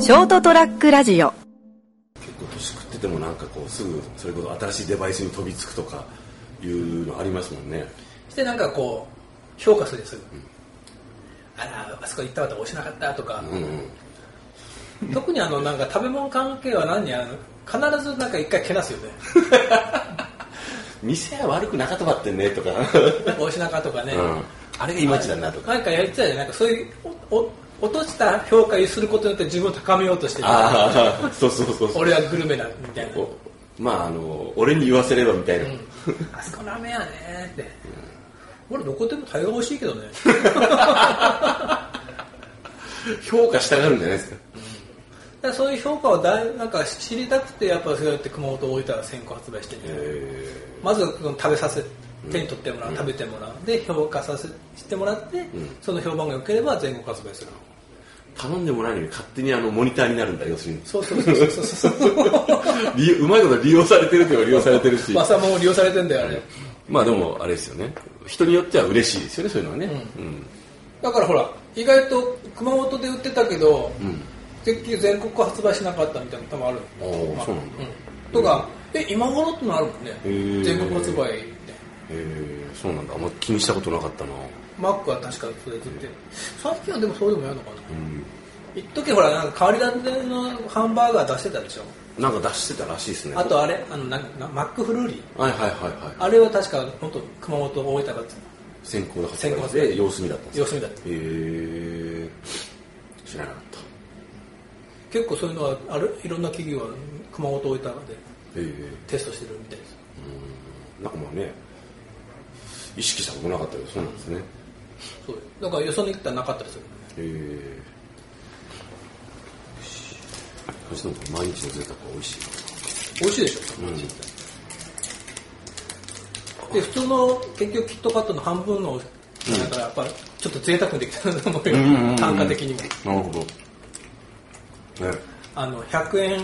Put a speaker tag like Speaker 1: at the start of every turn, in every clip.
Speaker 1: ショートトラックラジオ
Speaker 2: 結構年食っててもなんかこうすぐそれこそ新しいデバイスに飛びつくとかいうのありますもんね
Speaker 3: そしてなんかこう評価するですぐ、あらあそこ行ったわと押しなかったとか、
Speaker 2: うんうん
Speaker 3: 特にあのなんか食べ物関係は何やあの必ずなんか一回けなすよ ね
Speaker 2: 店は悪くなかったばってんねとか
Speaker 3: なんか押しなかとかね、
Speaker 2: うんあれがいまいちだなとか
Speaker 3: なんかやりたいじゃんなんかそういうおお落とした評価をすることによって自分を高めようとしてる
Speaker 2: ああそうそうそうそう
Speaker 3: 俺はグルメだみたいな、
Speaker 2: こうまああの俺に言わせればみたいな、
Speaker 3: うんあそこラーメンやねーって、俺どこでも大概美味しいけどね
Speaker 2: 評価したがるんじゃないですか
Speaker 3: だからそういう評価をだいなんか知りたくてやっぱそうやって熊本を置いたら先行発売してて、
Speaker 2: え
Speaker 3: まずその食べさせ手に取ってもらう、食べてもらうで評価させしてもらって、その評判が良ければ全国発売する
Speaker 2: ー頼んでもないのに勝手にあのモニターになるんだ要 するに
Speaker 3: そうそうそうそうそうそう
Speaker 2: 利用うまいこと利用されてるっては利用されてるし
Speaker 3: まあさも利用されてんだよあれ
Speaker 2: まあでもあれですよね人によっては嬉しいですよねそういうのはね、うん
Speaker 3: だからほら意外と熊本で売ってたけど、結局全国発売しなかったみたいなの多分ある
Speaker 2: おー
Speaker 3: まあ
Speaker 2: そうなんだ
Speaker 3: うんとか、え今頃ってのあるもんね
Speaker 2: ー
Speaker 3: 全国発売で
Speaker 2: へえそうなんだあんま気にしたことなかったな
Speaker 3: マックは確かそれずって最近はでもそういうのもやるのかな、一時ほらなんか変わり種のハンバーガー出してたでしょ
Speaker 2: なんか出してたらしいですね
Speaker 3: あとあれあのなんなマックフルーリー
Speaker 2: はいはいはいはい
Speaker 3: あれは確か本当熊本大分が
Speaker 2: 先行で発
Speaker 3: 先行
Speaker 2: 売し
Speaker 3: 発売
Speaker 2: て様子見だったんです
Speaker 3: 様子見だった
Speaker 2: へえ知らなかっ
Speaker 3: 結構そういうのはあるいろんな企業は熊本大分で
Speaker 2: たへえ
Speaker 3: テストしてるみたいです
Speaker 2: なんかまあね意識したことなかったけどそうなんですねへ
Speaker 3: そうだからよそに行ったらなかったりする
Speaker 2: えこっちの方が毎日の贅沢は美味しい
Speaker 3: 美味しいでしょ、で普通の結局キットカットの半分のだからやっぱちょっと贅沢にできたと思うよ、
Speaker 2: うんうんうんうん
Speaker 3: 単価的にも
Speaker 2: なるほどね
Speaker 3: あの100円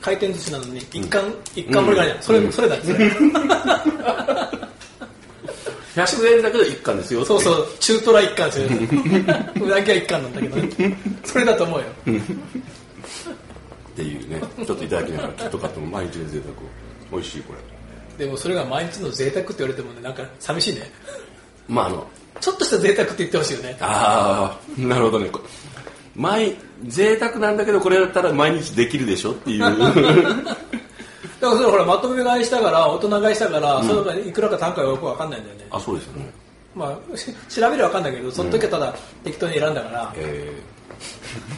Speaker 3: 回転寿司なのに一貫、一貫盛りがあるじゃん、それそれだって、
Speaker 2: 100円だけど一貫ですよ
Speaker 3: そう
Speaker 2: う
Speaker 3: そう中トラ一貫です ようなぎは一貫なんだけどねそれだと思うよ
Speaker 2: っていうねちょっといただきながらきっと買っても毎日の贅沢を美味しいこれ
Speaker 3: でもそれが毎日の贅沢って言われてもねなんか寂しいね
Speaker 2: まああの
Speaker 3: ちょっとした贅沢って言ってほしいよ ね
Speaker 2: ああなるほどねこ毎贅沢なんだけどこれだったら毎日できるでしょっていう
Speaker 3: だからそれほらまとめ買いしたから大人買いしたから、それがいくらか単価がよくわかんないんだよね
Speaker 2: あそうですよね
Speaker 3: まあし調べりゃわかんないけどその時はただ適当に選んだから、
Speaker 2: え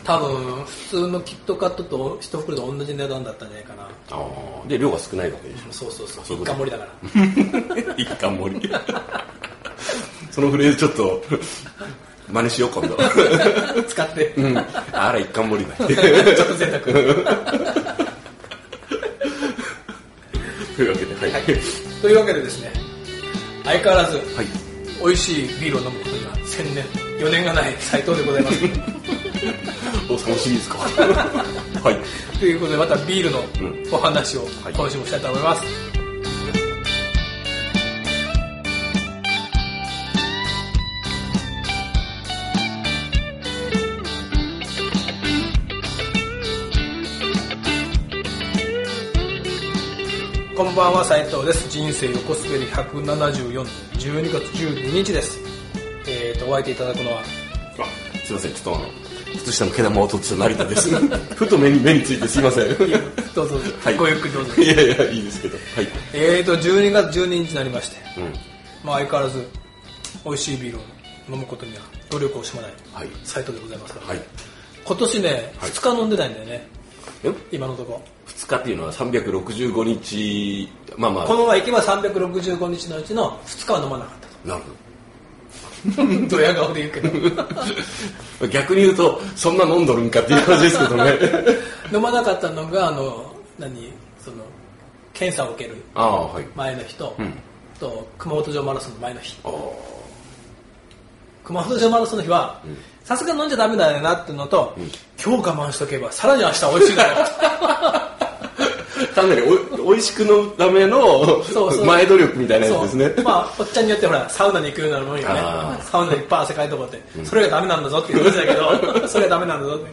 Speaker 3: 多分普通のキットカットと一袋と同じ値段だったんじゃないかな
Speaker 2: ー、ああで量が少ないわけでしょ
Speaker 3: そうそうそう
Speaker 2: そういうこ
Speaker 3: 一
Speaker 2: と
Speaker 3: 貫盛りだから
Speaker 2: 一貫盛りそのフレーズちょっと真似しよう今度
Speaker 3: 使って、
Speaker 2: あら一貫盛り だって
Speaker 3: ちょっと贅沢
Speaker 2: というわけではい、はい
Speaker 3: というわけでですね相変わらず美味しいビールを飲むことには千年4年がない斎藤でございます
Speaker 2: お楽しみです かはい
Speaker 3: ということでまたビールの
Speaker 2: う
Speaker 3: お話を
Speaker 2: はい
Speaker 3: 今週もしたいと思います、こんばんは斉藤です人生横滑り174 12月12日ですえっ、とお相手いただくのは
Speaker 2: あすいませんちょっとあの靴下の毛玉を取ってた成田です ふと目に目についてすいませんい
Speaker 3: どうぞ、
Speaker 2: はい
Speaker 3: ごゆっくりどうぞ
Speaker 2: や いやいいですけどはい
Speaker 3: えーと12月12日になりまして、
Speaker 2: うん
Speaker 3: まあ、相変わらず美味しいビールを飲むことには努力を惜しまない
Speaker 2: はい
Speaker 3: サイトでございますから、
Speaker 2: はい
Speaker 3: 今年ね、
Speaker 2: はい
Speaker 3: 2日飲んでないんだよね
Speaker 2: え
Speaker 3: 今のとこ
Speaker 2: 2日っていうのは365日まあまあ
Speaker 3: このまま行けば365日のうちの2日は飲まなかった
Speaker 2: なる
Speaker 3: とドヤ顔で言うけ ど
Speaker 2: ほど逆に言うとそんな飲んどるんかっていう感じですけどね
Speaker 3: 飲まなかったのがあの何その検査を受ける
Speaker 2: ああはい
Speaker 3: 前の日と,、
Speaker 2: うん
Speaker 3: と熊本城マラソンの前の日
Speaker 2: ああ
Speaker 3: 熊本城マラソンの日はさすがに飲んじゃダメだよなっていうのと、今日我慢しとけばさらに明日美味しいだろう
Speaker 2: 単なるお美味しくのための
Speaker 3: そうそう
Speaker 2: 前努力みたいなやつですね
Speaker 3: そうまあおっちゃんによってほらサウナに行くようなもんよね
Speaker 2: あー
Speaker 3: サウナいっ ぱい汗かいとこって、それがダメなんだぞって言う話だけどそれがダメなんだぞって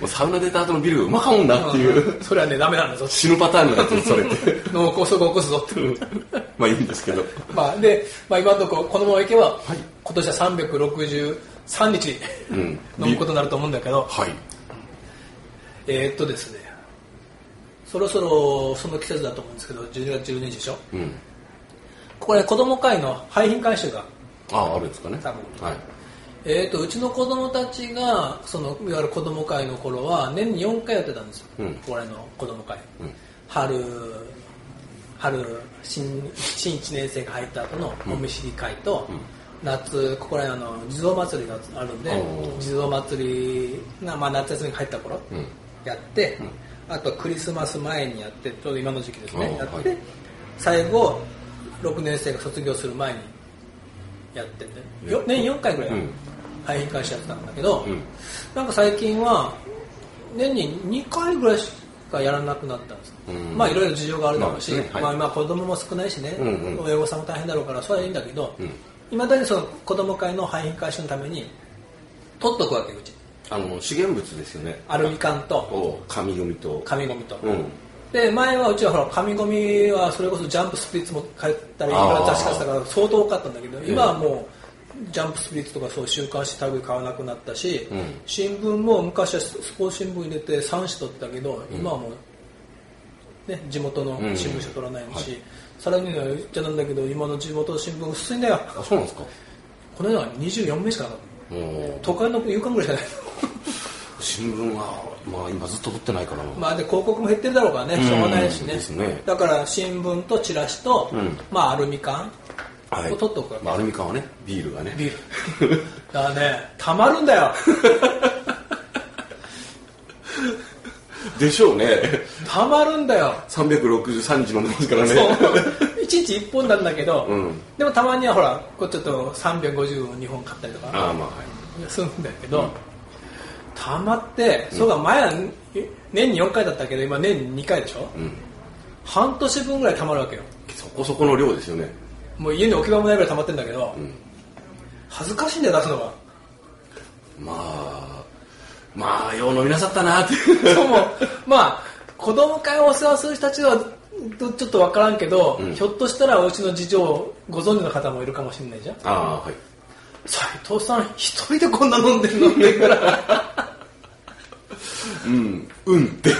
Speaker 2: もうサウナ出た後のビールがうまかもんなっていう、
Speaker 3: それはねダメなんだぞ
Speaker 2: 死ぬパターンになってるそれ って。
Speaker 3: 脳梗塞を起こすぞっていう
Speaker 2: まあいいんですけど。
Speaker 3: まあで、まあ、今のところこのままいけば、今年は363日、
Speaker 2: うん
Speaker 3: 飲むことになると思うんだけど
Speaker 2: はい。
Speaker 3: えーっとですねそろそろその季節だと思うんですけど12月12日でしょ
Speaker 2: うん。
Speaker 3: ここで子供会の廃品回収が
Speaker 2: ああ、あるんですかね。
Speaker 3: 多分
Speaker 2: はい。
Speaker 3: えー、とうちの子供たちがそのいわゆる子供会の頃は年に4回やってたんですよ、
Speaker 2: うん
Speaker 3: 俺の子供会、
Speaker 2: うん
Speaker 3: 春春新新1年生が入った後のお見知り会と、夏ここら辺あの地蔵祭りがあるんで
Speaker 2: おー
Speaker 3: 地蔵祭りが、まあ、夏休みに入った頃、
Speaker 2: うん
Speaker 3: やって、あとクリスマス前にやってちょうど今の時期です
Speaker 2: お
Speaker 3: ね
Speaker 2: ー
Speaker 3: やって、
Speaker 2: はい
Speaker 3: 最後6年生が卒業する前にやっててよ年4回ぐらい
Speaker 2: うん
Speaker 3: 廃品回収やってたんだけど、
Speaker 2: うん
Speaker 3: なんか最近は年に2回ぐらいしかやらなくなったんです、
Speaker 2: うん
Speaker 3: まあいろいろ事情があるだろうし、
Speaker 2: ま
Speaker 3: ま
Speaker 2: あ
Speaker 3: あ
Speaker 2: ねはい
Speaker 3: 今子供も少ないしね、
Speaker 2: うんうん
Speaker 3: 親御さんも大変だろうからそれはいいんだけど
Speaker 2: うん
Speaker 3: いま、未だにその子供会の廃品回収のために取っとくわけうち
Speaker 2: あの、資源物ですよね。
Speaker 3: アルミ缶と
Speaker 2: を紙ゴミと。
Speaker 3: 紙ゴミと、
Speaker 2: うん。
Speaker 3: で前はうちはほら紙ゴミはそれこそジャンプスプリッツも買ったりいろいろ雑誌買ってたから相当多かったんだけど今はもうジャンプスプリッツとかそういう週刊誌類買わなくなったし、
Speaker 2: うん
Speaker 3: 新聞も昔はスポーツ新聞入れて3紙取ったけど今はもう、ね、地元の新聞社取らないし、さらにね言っちゃなんだけど今の地元の新聞薄いんだよ
Speaker 2: あ、そうなんですか。
Speaker 3: この世は24名しかなかった
Speaker 2: も
Speaker 3: 都会の夕刊ぐらいしかない
Speaker 2: う、新聞は、まあ今ずっと取ってないから。
Speaker 3: まあで広告も減ってるだろうからねしょうがないし
Speaker 2: うん
Speaker 3: ね,、
Speaker 2: ですね
Speaker 3: だから新聞とチラシと、
Speaker 2: うん
Speaker 3: まあアルミ缶
Speaker 2: はい。
Speaker 3: を取っとくわけ
Speaker 2: まあアルミ缶はね、ビールがね。
Speaker 3: ビールだからねたまるんだよ
Speaker 2: でしょうね。
Speaker 3: たまるんだよ
Speaker 2: 363時飲んでますからね。
Speaker 3: そういちいち1本なんだけど、
Speaker 2: うん
Speaker 3: でもたまにはほらこうちょっと350を2本買ったりとか
Speaker 2: ああ、まあはい。
Speaker 3: するんだけど、たまってそうか前はえ年に4回だったけど今年に2回でしょ、
Speaker 2: ん
Speaker 3: 半年分ぐらいたまるわけよ
Speaker 2: そこそこの量ですよね。
Speaker 3: もう家に置き場もないぐらいたまってんだけど、恥ずかしいんだよ出すのが。
Speaker 2: まあ、まあ、よう飲みなさったな って。
Speaker 3: そうも、まあ、子供会をお世話する人たちはどちょっとわからんけど、
Speaker 2: ん
Speaker 3: ひょっとしたらお家の事情をご存知の方もいるかもしれないじゃん。
Speaker 2: ああ、はい。
Speaker 3: 斉藤さん一人でこんな飲んでるのってから
Speaker 2: うん、うんって。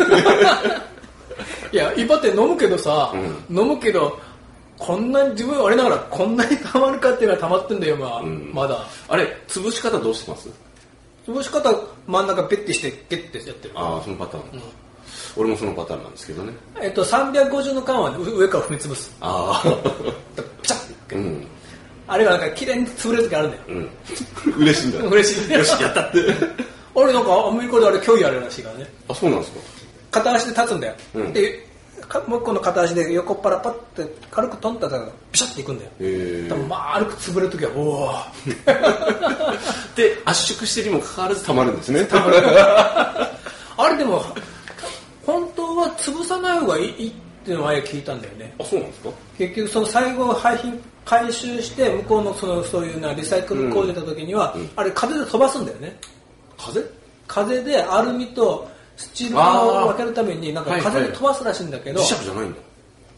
Speaker 3: いや、威張って飲むけどさ、
Speaker 2: う
Speaker 3: 飲むけど、こんなに自分は我ながらこんなに溜まるかっていうのは溜まってんだよ、まあ、
Speaker 2: ん
Speaker 3: まだ。
Speaker 2: あれ、潰し方どうしてます
Speaker 3: 潰し方真ん中ペッてして、ゲッてやってる。
Speaker 2: ああ、そのパターン、俺もそのパターンなんですけどね。
Speaker 3: えっと、350の缶はねう上から踏み潰す。
Speaker 2: ああ、
Speaker 3: ピチャッて
Speaker 2: うん、
Speaker 3: あれがなんか綺麗に潰れる時あるんだよ。
Speaker 2: うん。 嬉しいんだ。
Speaker 3: 嬉しい
Speaker 2: よし、やった って。
Speaker 3: あれなんかアメリカであれ競技あるらしいからね
Speaker 2: あ、そうなんですか。
Speaker 3: 片足で立つんだよ、
Speaker 2: うん
Speaker 3: でかもう一個の片足で横っ腹パッて軽くトンってやったらピシャっていくんだよ
Speaker 2: へえ
Speaker 3: 多分丸く潰れる時はおお
Speaker 2: で、圧縮してるにもかかわらず溜まるんですね。
Speaker 3: あれでも本当は潰さない方がいいいいっていうのを前聞いたんだよね
Speaker 2: あ、そうなんですか。
Speaker 3: 結局その最後廃品回収して向こうのそのそういうなリサイクル工場行った時には、あれ風で飛ばすんだよね
Speaker 2: 風
Speaker 3: 風でアルミとスチールを分けるためになんか風で飛ばすらしいんだけど、
Speaker 2: 磁石じゃないんだ。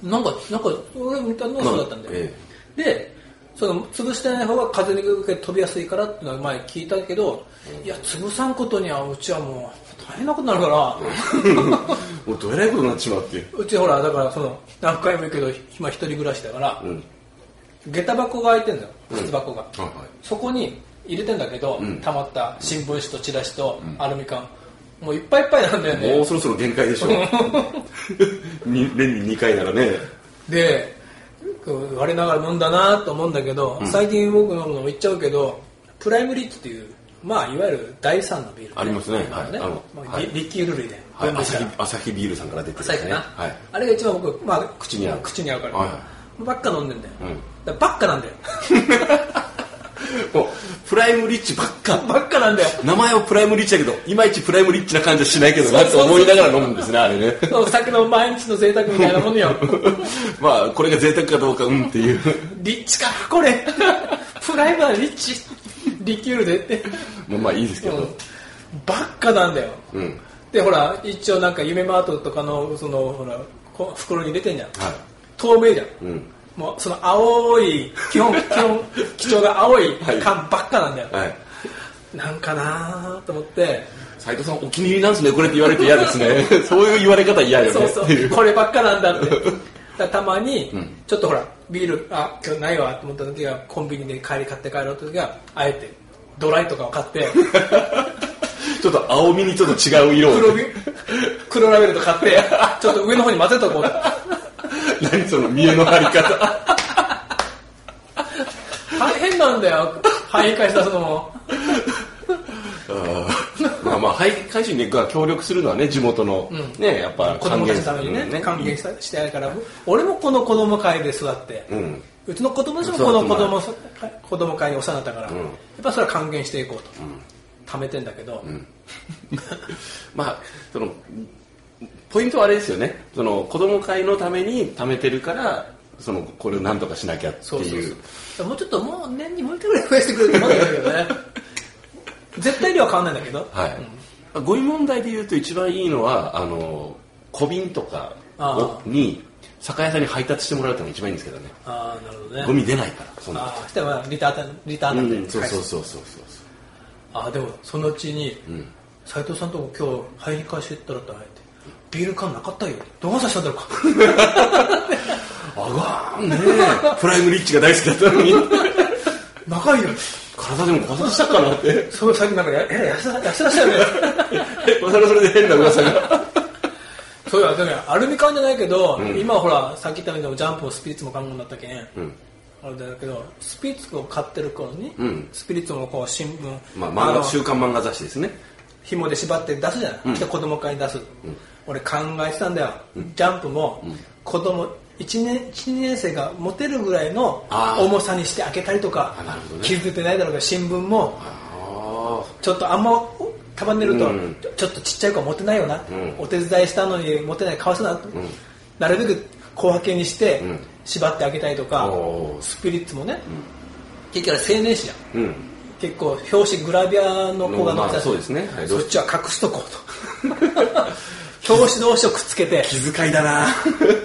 Speaker 3: なんか、なんか、俺見たのはそうだったんだよ。
Speaker 2: まあえ
Speaker 3: で、その、潰してない方が風に受けて飛びやすいからっていうのは前聞いたけど、いや、潰さんことにはうちはもう大変なことになる から、
Speaker 2: もうどえらいことになっちまうっていう。
Speaker 3: うちほら、だからその、何回も言うけど、今一人暮らしだから
Speaker 2: う、ん。
Speaker 3: 下駄箱が開いてんだよ、靴箱が。
Speaker 2: はいはい。
Speaker 3: そこに入れてんだけど、
Speaker 2: ん
Speaker 3: 溜まった新聞紙とチラシとアルミ缶、もういっぱいいっぱいなんだよね。
Speaker 2: もうそろそろ限界 でしょに年に2回ならね
Speaker 3: で我ながら飲んだなと思うんだけど、最近僕飲むのも言っちゃうけどプライムリッチっていうまあいわゆる第三のビール
Speaker 2: ありますね
Speaker 3: まあ
Speaker 2: はいあの
Speaker 3: まあ
Speaker 2: はい
Speaker 3: リリッキール類で、
Speaker 2: はい
Speaker 3: 分別
Speaker 2: 朝
Speaker 3: した
Speaker 2: 日
Speaker 3: ら
Speaker 2: 朝日ビールさんから出てる
Speaker 3: 浅いかな、
Speaker 2: はい
Speaker 3: あれが一番僕、まあ、
Speaker 2: 口に合う
Speaker 3: 口に合うから、
Speaker 2: はい
Speaker 3: ばっか飲んでんだよ、
Speaker 2: うん
Speaker 3: だからばっかなんだよ
Speaker 2: もうプライムリッチばっか
Speaker 3: ばっかなんだよ
Speaker 2: 名前はプライムリッチだけどいまいちプライムリッチな感じはしないけどなって思いながら飲むんですねあれね
Speaker 3: お酒の毎日の贅沢みたいなものよ
Speaker 2: まあこれが贅沢かどうかうんっていう
Speaker 3: リッチかこれプライムはリッチリキュールでって
Speaker 2: まあまあいいですけど
Speaker 3: ばっかなんだよ
Speaker 2: うん
Speaker 3: でほら一応なんか夢マートとかのそのほらこ袋に入れてんじゃん
Speaker 2: は
Speaker 3: 透明じゃん
Speaker 2: い、うん、
Speaker 3: もうその青い 基本基本基調が青い
Speaker 2: はい
Speaker 3: 缶ばっかなんだよ、
Speaker 2: はい
Speaker 3: なんかなーと思って
Speaker 2: 斉藤さんお気に入りなんですねこれって言われて嫌ですね そういう言われ方嫌よね
Speaker 3: そうそ
Speaker 2: っていうう
Speaker 3: こればっかな んだってだからたまに、
Speaker 2: ん
Speaker 3: ちょっとほらビールあ今日ないわと思った時はコンビニで帰り買って帰ろうと時はあえてドライとかを買って
Speaker 2: ちょっと青みにちょっと違う色を
Speaker 3: 黒ビ黒ラベルと買ってちょっと上の方に混ぜとこう
Speaker 2: 何その見栄の張り方
Speaker 3: 大変なんだ よ反映会社出すのも
Speaker 2: あーまあまあ廃回収にが協力するのはね地元の、ねやっぱ
Speaker 3: 子供たちのためにね還元したしてやるから俺もこの子供会で育って、う
Speaker 2: うん
Speaker 3: ちの子供たちもこの
Speaker 2: そう
Speaker 3: 子
Speaker 2: だ
Speaker 3: 供さ子供会にお世話になったから、やっぱそれは還元していこうと、貯めてんだけど、
Speaker 2: まあそのポイントはあれですよねその子供会のために貯めてるからそのこれを何とかしなきゃって
Speaker 3: そうそう
Speaker 2: い
Speaker 3: そう
Speaker 2: う
Speaker 3: もうちょっともう年にもう一回ぐらい増やしてくれると思うんだけど ね絶対量は変わんないんだけど、
Speaker 2: はい、ゴミ問題で言うと一番いいのはあの小瓶とかを
Speaker 3: あ
Speaker 2: に酒屋さんに配達してもらうってのが一番いいんですけどね
Speaker 3: ああなるほどね
Speaker 2: ゴミ出ないからそんな
Speaker 3: ああそしたらまあリターンだリターン
Speaker 2: う
Speaker 3: だって、
Speaker 2: んそうそうそうそうそう
Speaker 3: あでもそのうちに斎、藤さんとこ今日入り返してったらってあえてビール缶なかったよどうさせたんだろうか
Speaker 2: あがーんねえプライムリッチが大好きだったのに
Speaker 3: 長いよ
Speaker 2: 体でも摩擦したかなって
Speaker 3: そう最近なんかやえ痩せ痩せら っしゃるね
Speaker 2: またそれで変な噂が
Speaker 3: そういやでもアルミ缶じゃないけど、今ほらさっき言ったみたいにジャンプもスピリッツも買うもんだったけん、あれだけどスピリッツを買ってる頃に、
Speaker 2: ん
Speaker 3: スピリッツもこう新聞、
Speaker 2: まあ
Speaker 3: あ
Speaker 2: 漫
Speaker 3: の
Speaker 2: 画週刊漫画雑誌ですね
Speaker 3: 紐で縛って出すじゃない、で子供会に出す、俺考えてたんだよ、ジャンプも子供1年 ,1 年生が持てるぐらいの
Speaker 2: あー
Speaker 3: 重さにして開けたりとか
Speaker 2: あなるほどね
Speaker 3: 気づいてないだろうけど新聞も
Speaker 2: ああ
Speaker 3: ちょっとあんまお束ねると、
Speaker 2: うん
Speaker 3: ちょちょっとちっちゃい子は持てないよな、
Speaker 2: ん
Speaker 3: お手伝いしたのに持てないかわいそうだな、なるべく小分けにして
Speaker 2: ん
Speaker 3: 縛ってあげたりとか、
Speaker 2: おー
Speaker 3: スピリッツもね、結局青年誌じゃん
Speaker 2: うん
Speaker 3: 結構表紙グラビアの子が載って
Speaker 2: ま
Speaker 3: た
Speaker 2: あそうですねはい
Speaker 3: そっちは隠しとこうと表紙同士をくっつけて
Speaker 2: 気遣いだな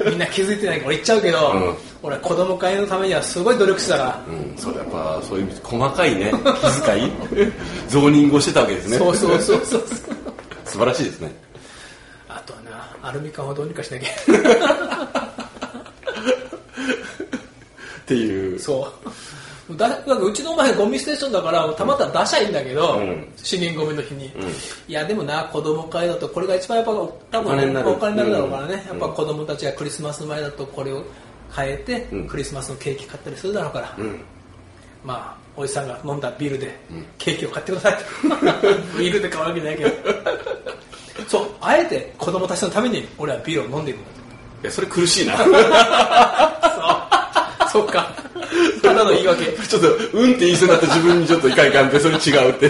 Speaker 3: みんな気づいてないから俺言っちゃうけど、
Speaker 2: うん
Speaker 3: 俺は子供会のためにはすごい努力してたから、
Speaker 2: うんそうやっぱそういう細かいね気遣いゾーニングをしてたわけですね
Speaker 3: そうそうそうそうそう
Speaker 2: 素晴らしいですね
Speaker 3: あとはなアルミ缶をどうにかしなきゃ
Speaker 2: っていう
Speaker 3: そうだなんかうちの前ゴミステーションだからたまたま出しゃいいんだけど、
Speaker 2: うん
Speaker 3: 死人ゴミの日に、いやでもな子供会だとこれが一番やっぱ多分
Speaker 2: お金になる
Speaker 3: お金になるだろうからね、
Speaker 2: うん
Speaker 3: やっぱ子供たちがクリスマス前だとこれを変えて、
Speaker 2: うん
Speaker 3: クリスマスのケーキ買ったりするだろうから、
Speaker 2: うん
Speaker 3: まあおじさんが飲んだビールでケーキを買ってく ださい、ビールで買うわけじゃないけどそうあえて子供たちのために俺はビールを飲んで いくんだ
Speaker 2: いやそれ苦しいな
Speaker 3: と そうかただの言い訳
Speaker 2: ちょっとうんって言いそうになった自分にちょっといかんいかんってそれ違うって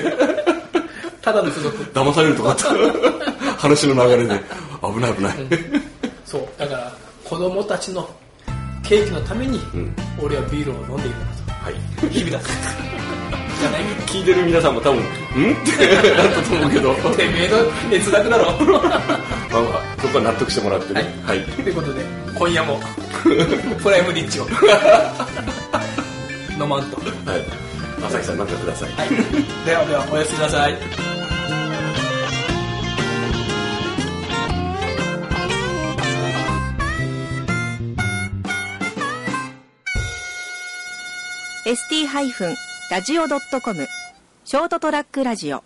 Speaker 3: ただの付属
Speaker 2: 騙されるとかあ った話の流れで危ない危ない、
Speaker 3: そうだから子供たちのケーキのために、俺はビールを飲んでいるんだ
Speaker 2: はい
Speaker 3: と日々だとじゃない
Speaker 2: 聞いてる皆さんも多分ん ってなったと思うけど
Speaker 3: てめえの閲楽だろ
Speaker 2: まあまあそこは納得してもらってねはい、
Speaker 3: ということで今夜もプライムリッチを飲まんと、は
Speaker 2: はい、朝日さん何かください
Speaker 3: い、ではではおやすみなさい
Speaker 1: ST-radio.com ショートトラックラジオ